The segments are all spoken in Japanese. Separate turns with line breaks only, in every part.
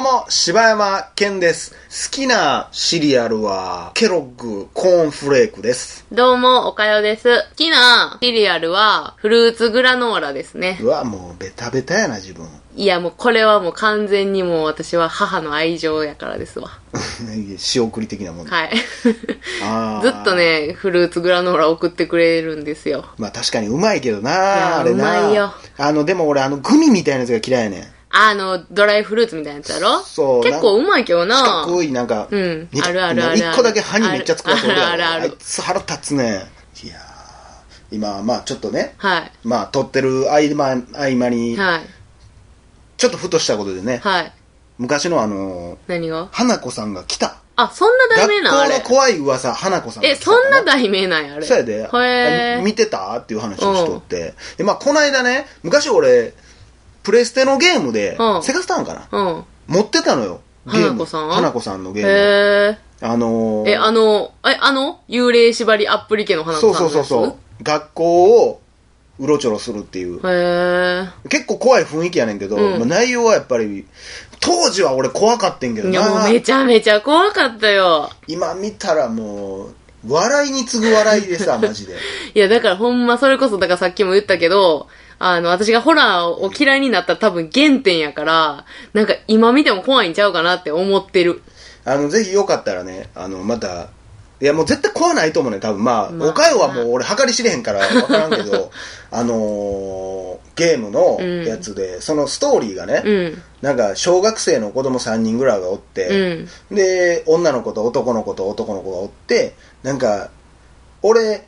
も、柴山健です。好きなシリアルは、ケロッグコーンフレークです。
どうも、おかよです。好きなシリアルは、フルーツグラノーラですね。
うわ、もうベタベタやな、自分。
いや、もうこれはもう完全にもう私は母の愛情やからですわ。
仕送り的なもん。
はい。
あー
ずっと。ね、フルーツグラノーラ送ってくれるんですよ。
まあ確かにうまいけど
や
な、あれな。
うまいよ
あの、でも俺、あの、グミみたいなやつが嫌いやねん。
あの、ドライフルーツみたいなやつやろ
そう
結構うまいけど
四
な。
角い、なんか、
うん
めっ
あるあるある
一個だけ歯にめっちゃつくやつおるやろ
あるあるある
いつ腹立つね。いやー今、まあちょっとね、
はい。
まあ撮ってる合間、合間に、
はい。
ちょっとふとしたことでね、
はい。
昔のあのー、
何が
花子さんが来た。
あ、そんな題名
学
なんあ
校の
れ。
怖い噂、花子さんが
え、
来たか
そ
ら。
んな題名なんや、あれ。
そうやで。
へ
あ
ー
見てたっていう話をしとって。で、まあ、この間ね、昔俺、プレステのゲームで
う、ん
セガスターンかな
うん。
持ってたのよ。ゲーム
花子さん
花子さんのゲーム。
へ
あの
ー。
ー
え、あの、え、あの、幽霊縛りアップリケの花
そ
子
う
さん
そ
の
うそう
やつ
そう。学校を、うろちょろするっていう。
へー。
結構怖い雰囲気やねんけど、
うん
まあ内容はやっぱり、当時は俺怖かってんけど
い
な。
や、もうめちゃめちゃ怖かったよ。
今見たらもう、笑いに次ぐ笑いでさ、マジで。
いや、だからほんまそれこそ、だからさっきも言ったけど、あの、私がホラーを嫌いになった多分原点やから、なんか今見ても怖いんちゃうかなって思ってる。
あの、ぜひよかったらね、あの、また、いや、もう絶対怖ないと思うね、多分。まあ、
まあ
おかよはもう俺、計り知れへんから分からんけ ど、あのーゲームの
うん
やつで、そのストーリーがね、
うん。
なんか、小学生の子供3人ぐらいがおっ
う
て、
ん。
で、女の子と男の子と男の子がおって、なんか、俺、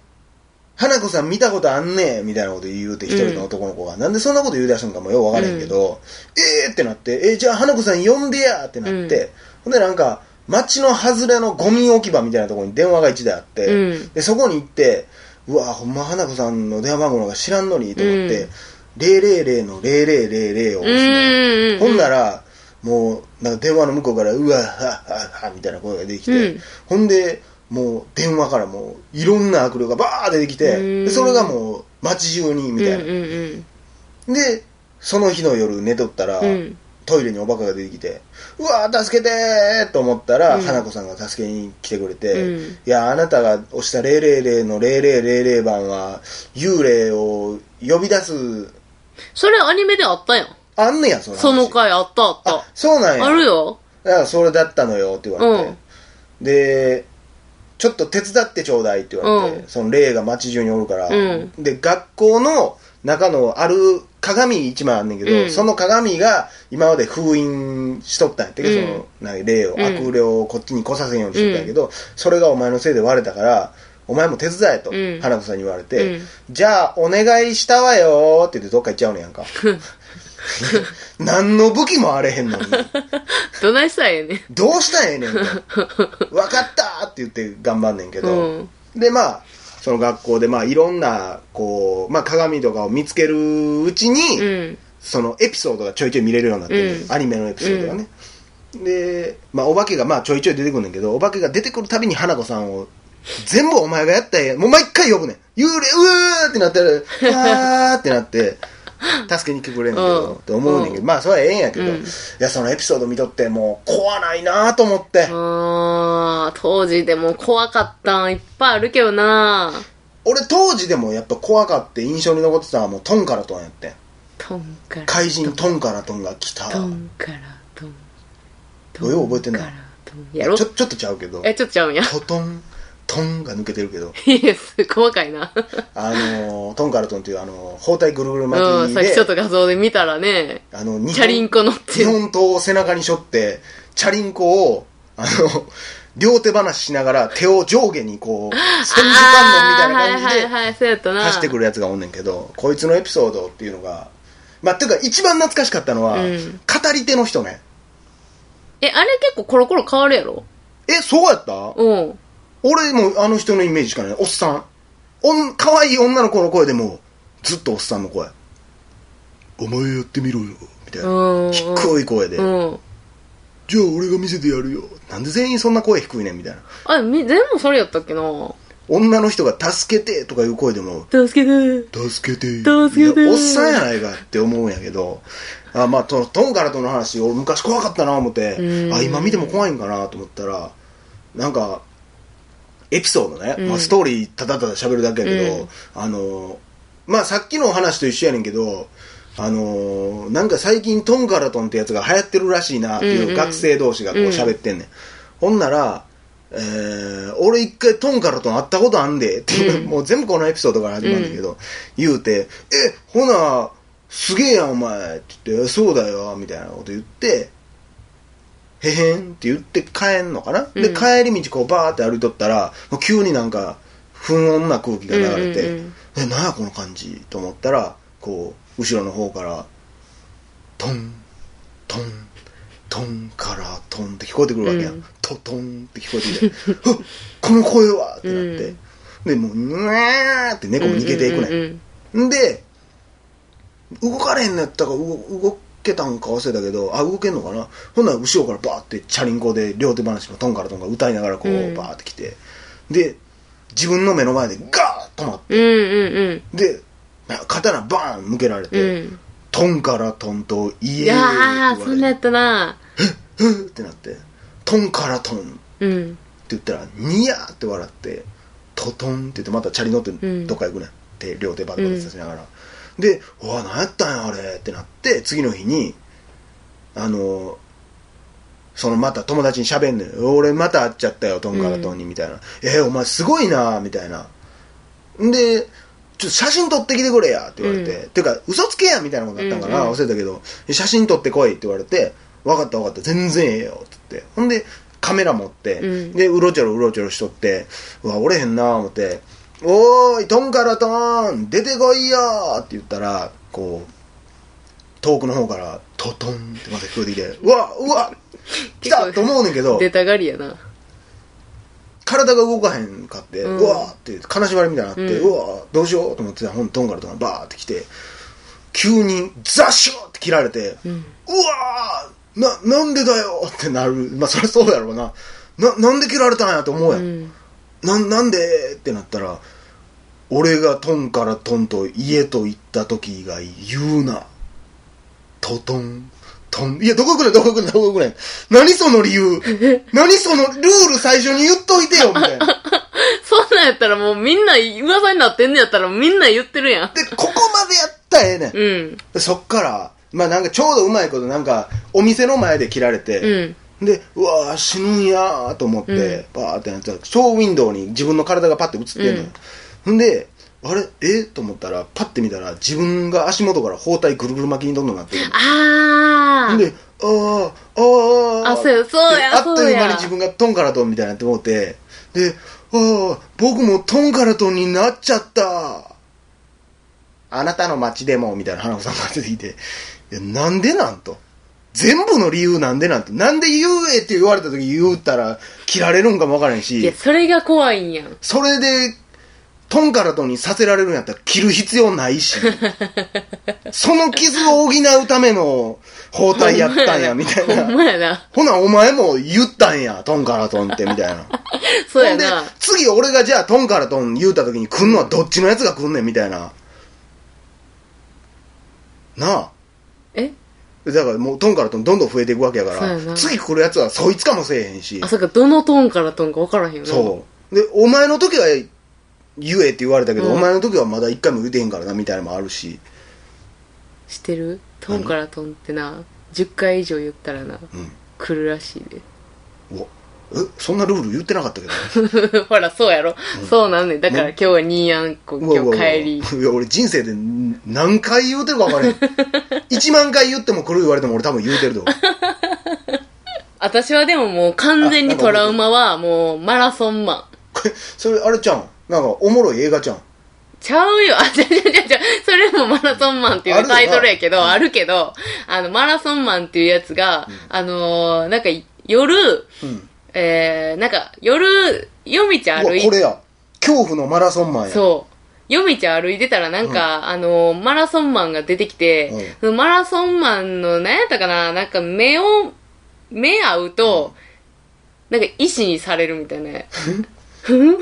花子さん見たことあんねえみたいなこと言うて一人の男の子が、なんでそんなこと言う出すんかもよう分からへんけど、えーってなって、えーじゃあ花子さん呼んでやってなって、ほんでなんか、街の外れのゴミ置き場みたいなところに電話が一台あって、
うん
で、そこに行って、うわほんま花子さんの電話番号なんか知らんのにと思って、
うん
000の0000を
う
押すのよ
ーん。
ほんなら、もう、なんか電話の向こうから、うわ、はははみたいな声ができて、
うん
ほんで、もう電話からもう、いろんな悪霊がバーって出てきて、
うん
でそれがもう、街中に、みたいな、
うんうんうん。
で、その日の夜寝とったら、
うん。
トイレにおバカが出てきて、うわー、助けてーと思ったら、
うん
花子さんが助けに来てくれて、
うん
いや、あなたが押した000の0000番は、幽霊を呼び出す、
それアニメであったやん。
あんねや、その話
その回あったあっ
あ、
た。
そうなんや。
あるよ。
だからそれだったのよって言われて、
うん
でちょっと手伝ってちょうだいって言われて、
うん
その霊が街中におるから、
うん
で学校の中のある鏡一枚あんねんけど、
うん
その鏡が今まで封印しとったんやってけど、
うん
そのなんか霊を、
うん
悪霊をこっちに来させんようにしとったんやけど、それがお前のせいで割れたからお前も手伝えと、
うん
花子さんに言われて、
うん
じゃあお願いしたわよーって言ってどっか行っちゃうねやん か 何の武器もあれへんのに
どないしたらええねん。
どうしたらええねん と。分かったって言って頑張んねんけ
う
ど。
ん。
で、まあ、その学校で、まあ、いろんな、こう、まあ、鏡とかを見つけるうちに、
うん。
そのエピソードがちょいちょい見れるようになってる、
うん
アニメのエピソードがね。で、まあ、お化けが、まあ、ちょいちょい出てくるんだけど、お化けが出てくるたびに花子さんを、全部お前がやったんや。もう毎回呼ぶねん。幽霊、うーってな ったら、あーってなって、助けに来てくれんねんけ
うん
ど、って思うねんけど、まあ、それはええんやけど、
うん
いや、そのエピソード見とって、もう、怖ないなーと思って。
あー、当時でも怖かったんいっぱいあるけどな
俺当時でもやっぱ怖かって印象に残ってたのはもうトンカラトンやってん
トンから。
怪人トンカラトンが来た
ドンからドン。
およう覚えてんな
ドンからドンやろ
ちょちょっとちゃうけど
え、ちょっとちゃうんや。
トトントンが抜けてるけど
いや、す細かいな。
あのートンカラトンっていうあのー包帯ぐるぐる
う
巻
ん、
き
さっきちょっ
で
と画像で見たらね、
あの日
チャリン
本
コ乗って
日
る。
本刀を背中に背負ってチャリンコをあの両手話しながら手を上下にこうステンジ観音みたいな感じ
あーはい
で
はいはい、そうやったな。
走ってくるやつがおんねんけどこいつのエピソードっていうのがまあていうか一番懐かしかったのは、
うん
語り手の人ね
え、あれ結構コロコロ変わるやろ
えそうやった
うん。
俺もあの人のイメージしかないおっさんおん可愛い女の子の声でもずっとおっさんの声お前やってみろよみたいな
うん。
低い声で、
うん。
じゃあ俺が見せてやるよなんで全員そんな声低いねんみたいな
あ、み全部それやったっけな
女の人が助けてとかいう声でも、
助けて
助けて
助けて
いやおっさんやないかって思うんやけど、あまあ、とトンからとの話、俺昔怖かったな思って
う、ん
あ、今見ても怖いんかなと思ったら、なんか、エピソードね、
うん
まあ、ストーリーただただ喋るだけやけど、
うん
あの、まあさっきのお話と一緒やねんけど、あのなんか最近トンカラトンってやつが流行ってるらしいなって
うん
いううん学生同士がこう喋ってんねん、ほんなら、えー俺一回トンカラトン会ったことあんでっていう、
うん
もう全部このエピソードから始まるんだけど、言うて「えほなすげえやんお前」って言って「そうだよ」みたいなこと言って「へへん」って言って帰んのかな、
う
で
ん
帰り道こうバーって歩いとったらもう急になんか不穏な空気が流れて「
うんうんうん
えなんやこの感じ」と思ったらこう後ろの方から「トントン」トンからトンって聞こえてくるわけや、
うん
ん、トトンって聞こえてきて「 うっこの声は!」ってなって、
うん
でもう「にゃー!」って猫も逃げていくね、ん
うんうん
で動かれへんのやったか動動けたんか忘れたけどあ動けんのかなほんなら後ろからバーってチャリンコで両手話もトンからトンから歌いながらこ
う
うんバーって来て、で自分の目の前でガーッ止まって
うんうん
で刀バーン向けられ
うんう
て、
ん
トンからトンと言え
い
って言
や
わ
ー
れ
そ
て
んなやったな
ふーってなって、トンからトンって
うん
言ったら、ニヤーって笑って、トトンって言って、またチャリ乗って
ん
どっか行くねん。手、両手バタバタさせながら。で、うわ、何やったんや、あれってなって、次の日に、あの、そのまた友達に喋んねん。俺また会っちゃったよ、トンからトンに、みたいな。えーお前すごいな、みたいな。んで、ちょっと写真撮ってきてくれやって言われて、
う
てか嘘つけやみたいなことだったんかな、
うんうん
忘れたけど写真撮ってこいって言われて分かった分かった全然ええよって言ってほんでカメラ持って、
うん
でうろちょろうろちょろしとってうわ折れへんな思って「おーいトンからトン出てこいよ!」って言ったらこう遠くの方からトトンってまた聞こえてきて「うわう わ来た!」
結
と
構
思うねんけど
出たがりやな
体が動かへんかって、う
うん
わーって金縛りみたいになって、
う
うわーどうしようと思ってたらほんとんからとんからバーって来て急にザシューって切られて、うわーななんでだよってなるまあそりゃそうやろうなななんで切られたんやと思うや、
うんん
ななんでってなったら俺がトンからトンと家と行った時以外言うなトトントンいやどこ行くねんどこ行くねんどこ行くねん何その理由 何そのルール最初に言っといてよみたいな
そんなんやったらもうみんな噂になってんのやったらみんな言ってるやん
でここまでやった らええねん
うん
でそっからまあなんかちょうどうまいことなんかお店の前で切られて、
うん
でうわー死ぬんやーと思って、バーってなったらショーウィンドウに自分の体がパッて映ってんのよ、ほんであれえと思ったらパッて見たら自分が足元から包帯ぐるぐる巻きにどんどんなってる
あ
ほん
ー
であーあー
あそうやそうや
であっと
そう
いう間
や
に自分がトンからトンみたいになって思ってでああ僕もトンからトンになっちゃったあなたの街でもみたいな花子さんが出てきていやなんでなんと全部の理由なんでなんとなんで言えって言われた時言うたら切られるんかもわからへん
いや
し
それが怖いんやん
それでトンからトンにさせられるんやったら切る必要ない しその傷を補うための包帯やったんやみたいな
ほんまやな
ほな、お前も言ったんや、トンからトンって、みたいな。
そ
ほ
うや
んで
な、
次俺がじゃあトンからトン言うた時に来んのはどっちのやつが来んねん、みたいな。な
え
あ。だからもうトンからトンどんどん増えていくわけやか
そうや
ら、
な
次来るやつはそいつかもせえへんし
あ。そっかどのトーンからトーンか分からへんよな
そう。で、お前の時は言えって言われたけど、
う
お
ん
前の時はまだ一回も言うてへんからな、みたいなのもあるし。
してるトーンからトーンってな10回以上言ったらな、
ん
来るらしいで
うわえ、そんなルール言ってなかったけど。
ほらそうやろ、そうなんねんだから今日はニーヤンコ
うわうわう
今
わ
日帰り
いや俺人生でん何回言うてるか分からへん 1万回言っても来る言われても俺多分言うてると思う
私はでももう完全にトラウマはもうマラソンマン
これそれあれちゃうんなんかおもろい映画ちゃうん
ちゃうよ。あ、違う違う違う違う。それもマラソンマンってい
あるよ
う
な
タイトルやけど、あるけど、あの、マラソンマンっていうやつが、あのーなんかい、夜、
うん
えー、なんか、夜、夜道
うわ
歩い
これや恐怖のマラソンマンや
そう。夜道歩いてたらなんか、あのーマラソンマンが出てきて、
うん
そのマラソンマンの、何やったかな、なんか目を、目合うと、なんか、医師にされるみたいな。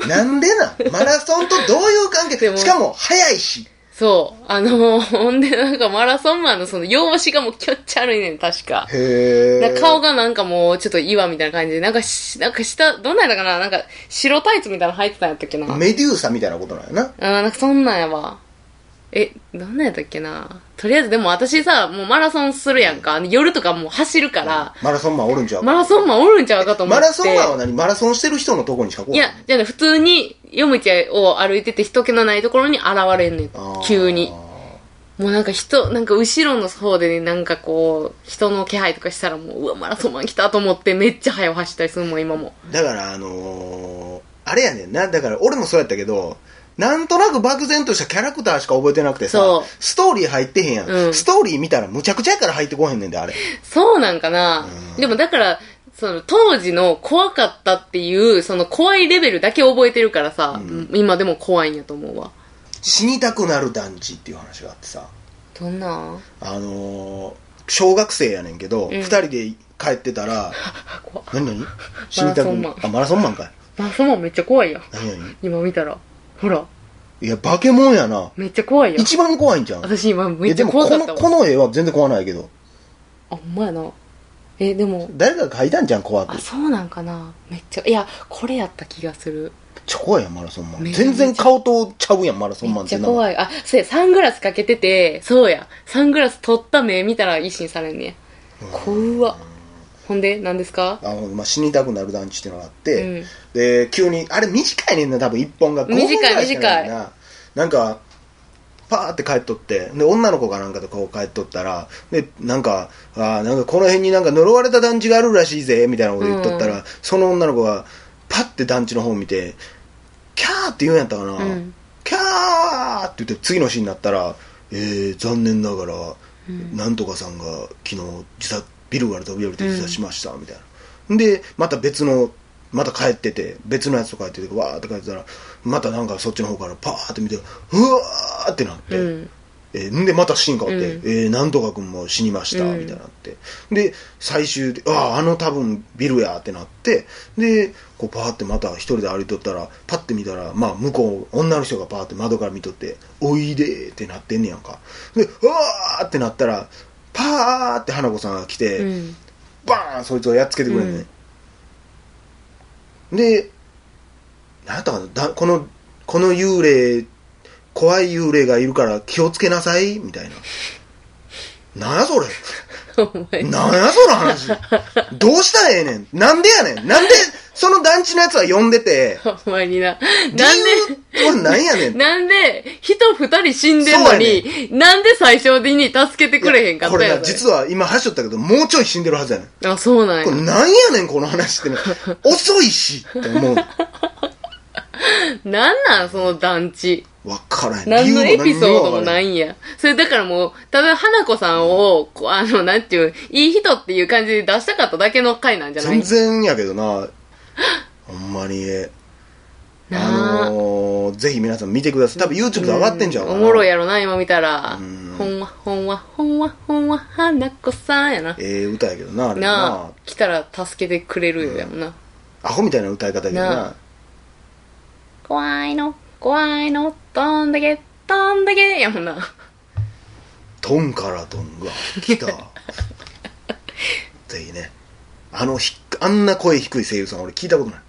なんで なんマラソンとどういう関
で
係
も
しかも、早いし。
そう。あの、 ほんでなんかマラソンマンのその容姿がもうキョッチャ悪いねん、確か。
へ
なん
え。
か顔がなんかもうちょっと岩みたいな感じで、なんかし、なんか下、どんなんやったかななんか白タイツみたいなの入ってたんやったっけな。あ
メデューサみたいなことなんやな。
ーなんかそんなんやわ。え、どんなんやったっけなとりあえずでも私さ、もうマラソンするやんか。夜とかもう走るから、
マラソンマンおるんちゃう
マラソンマンおるんちゃうかと思っ
マ
て。
ラソンマンは何マラソンしてる人のとこにしか来
いや、じゃあね、普通に夜道を歩いてて人気のないところに現れんねん
あー。
急に。もうなんか人、なんか後ろの方でね、なんかこう、人の気配とかしたらもう、うわ、マラソンマン来たと思ってめっちゃ早く走ったりするもん、今も。
だから、あのーあれやねんな。だから、俺もそうやったけど、なんとなく漠然としたキャラクターしか覚えてなくてさ
そう、
ストーリー入ってへんやん,、
うん
ストーリー見たらむちゃくちゃやから入ってこへんねんで、あれ。
そうなんかな、でもだから、その当時の怖かったっていう、その怖いレベルだけ覚えてるからさ、今でも怖いんやと思うわ。
死にたくなる団地っていう話があってさ、
どんな
あのー小学生やねんけど、
ん
二、人で帰ってたら、
あ怖
何何死にたく
マラソンマン
あ、マラソンマンかい。
マラソンマンめっちゃ怖いやん。
何何
今見たら。ほら、
いや、化け物やな。
めっちゃ怖いやん。
一番怖いんじゃん。
私今
い
め
や、
っち
で
ゃ
も
怖
こ
かっ
の、
た
こ
わ。
の絵は全然怖ないけど、
あ、ほんまやな。え、でも、
誰かが描いたんじゃん、怖く
あ、。そうなんかなめっちゃ、いや、これやった気がする。
ちょ怖いやんマラソンマン
めっちゃ
全然顔とちゃうやんマラソン
め
マンっ
っち
て
ゃ
な
怖い。あ、そうや、サングラスかけてて、そうや、サングラス取った目見たら一心されんねや。怖っ。ほんで、何ですか
あの、まあ、死にたくなる団地っていうのがあって、
うん
で急にあれ短いねんな多分一本が5分
短い
ぐらいしかないななんかパーって帰っとってで女の子かなんかとこう帰っとったらでなんかあーなんかこの辺になんか呪われた団地があるらしいぜみたいなこと言っとったら、その女の子がパッて団地の方を見てキャーって言うんやったかな、
うん
キャーって言って次のシーンになったら、えー、残念ながら、なんとかさんが昨日自殺ビルから飛び降りて自殺しました、みたいなでまた別のまた帰ってて別のやつと帰っててわーって帰ってたらまたなんかそっちの方からパーって見てうわーってなって、
うん。
えーんでまた進化って、
うん
えーなんとか君も死にました、
うん
みたいになってで最終であああの多分ビルやってなってでこうパーってまた一人で歩いとったらパッて見たら、まあ、向こう女の人がパーって窓から見とって「おいで」ってなってんねやんかで「うわー!」ってなったらパーって花子さんが来て、
うん。
バーンそいつをやっつけてくれんね、ん、でなんやったかなだこのこの幽霊怖い幽霊がいるから気をつけなさいみたいななんやそれ
お前、
なんやその 話どうしたらええねんなんでやねんなんでその団地のやつは呼んでて
お前にな。
理
なんで、
由は何やねん
なんで、人二人死んでんのに、なんで最小的に助けてくれへんかった
こ
ん
れ
や
な実は今走っとったけどもうちょい死んでるはずやねん
あ、そうなん
これ
や。
なんやねんこの話 ってな遅いしって思う
なんなん、その団地。
わからへん
何のエピソードも
い
ないんや。それだからもう、ただ花子さんを、こうあの、なんていう、いい人っていう感じで出したかっただけの回なんじゃない
全然やけど なほんまに
なあ
あのー、ぜひ皆さん見てください多分 YouTube で上がってんじゃん
おもろい
や
やろな、今見たら
うん。
ほんわ、ほんわ、ほんわ、ほんわ、花子さんやな。
ええ歌やけどなあれ
なあ
な、
来たら助けてくれるよやもんな。
アホみたいな歌い方やけど
な
な
あ怖いの、怖いの、どんだけ、どんだけ、やもんな。
トンからトンが来 たぜひねあのひあんな声低い声優さん俺聞いたことない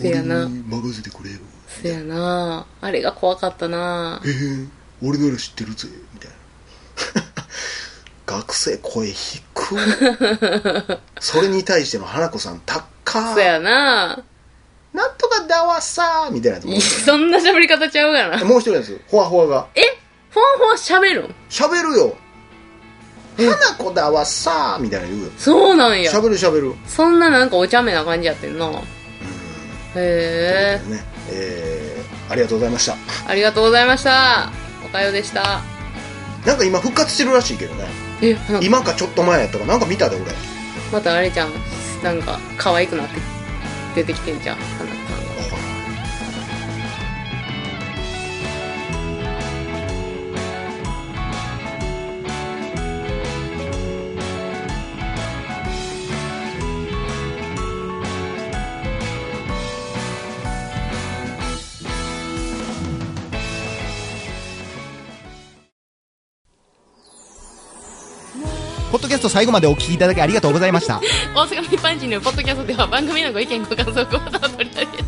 せや
俺
な、
に任せてくれよ
せやな。あれが怖かったな
え。ー、俺なら知ってるぜみたいな 学生声低いそれに対しての花子さん高っ
せやな。
なんとかだわさーみたいなやつもう
いそんな喋り方ちゃうがな。
もう一人なんですよほわほわが
えほんほん喋るん
喋るよ花子だわさーみたいなの言うよ
そうなんや。
喋る喋る
そんななんかお茶目な感じやってんな。へえ、
ねえー、ありがとうございました
ありがとうございました。おかよでした。
なんか今復活してるらしいけどね
え、なんか
今かちょっと前やったかなんか見たで俺
またあれちゃん、なんか可愛くなって出てきてんじゃん。花子さんが。
ポッドキャスト最後までお聞きいただきありがとうございました。
大阪の一般人のポッドキャストでは番組のご意見ご感想をコメントを取り上げた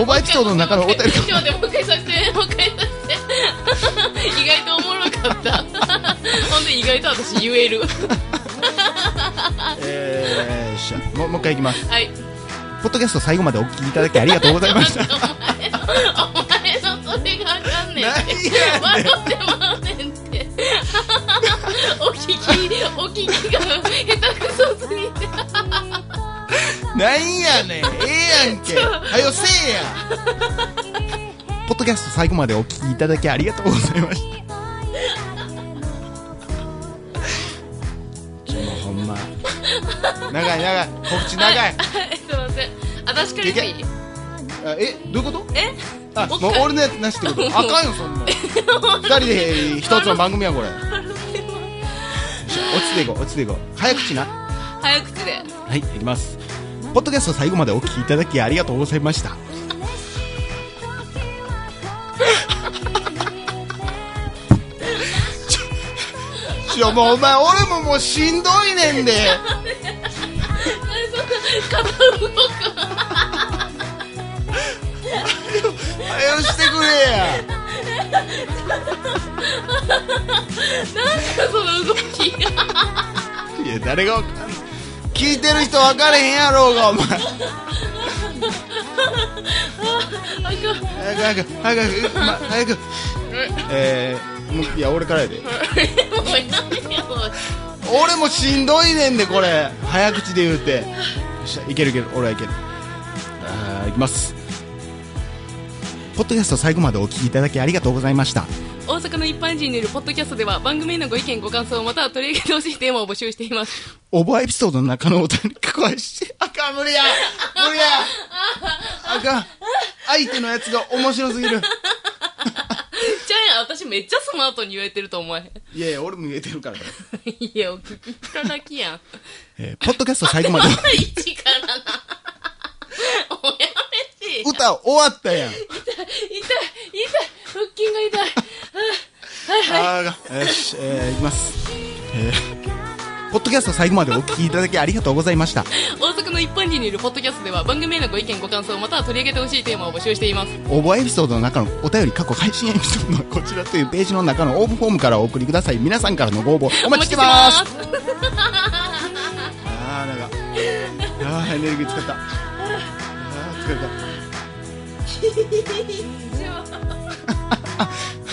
オーバーエピソードの中のお便り
ちょっと待ってもう一回させてもう一回させて意外とおもろかったほんで意外と私言える
えーよっしゃもうもう一回いきます。
はい
ポッドキャスト最後までお聞きいただきありがとうございました。
お前のそれがあかんねんって
何
笑ってまうねんってお聞きお聞きが下手くそすぎて
なんやねんええやんけはよせえやポッドキャスト最後までお聞きいただきありがとうございましたちょもうほんま長い長い告知長い、
はいすいません私からでもいい
あえどういうこと
え
あもう俺のやつなしって ことあかんよそんな二人で一つの番組やこ れよっしゃ落ちていこう落ちていこう早口な
早口で
はい、いきます。ポッドキャスト最後までお聞きいただきありがとうございました。ちょ、ち ょもうお前、俺ももうしんどいねんで。はよしてくれや。
その動きが
いや、誰がわかんない。聞いてる人分かれへんやろうが、お前。
あかん
早く早く早く、ま、早く。えー、もういや、俺からやで。
もう何やもう
俺もしんどいねんでこれ早口で言うてよっしゃいけるいける俺はいけるあーいきますポッドキャスト最後までお聞きいただきありがとうございました
大阪の一般人によるポッドキャストでは番組へのご意見ご感想または取り上げてほしいテーマを募集しています
オーバーエピソードの中のお便り加えしてあかん無理や無理やあかん相手のやつが面白すぎる
じゃあ私めっちゃスマートに言えてると思 わへん
いやいや俺も言えてるからこれ
いやお聞きいただきやん
えーポッドキャスト最後まで
一からなおやめて痛い
歌終わったやん
痛い腹筋が痛い
あーよし、えー、いきます、えーポッドキャスト最後までお聞きいただきありがとうございました
大阪の一般人によるポッドキャストでは番組へのご意見ご感想または取り上げてほしいテーマを募集しています
応募エピソードの中のお便り過去配信エピソードのこちらというページの中の応募フォームからお送りください皆さんからのご応募お
お
待ちしてます
待ちしてます
あーなんかあーエネルギー使ったあー疲れた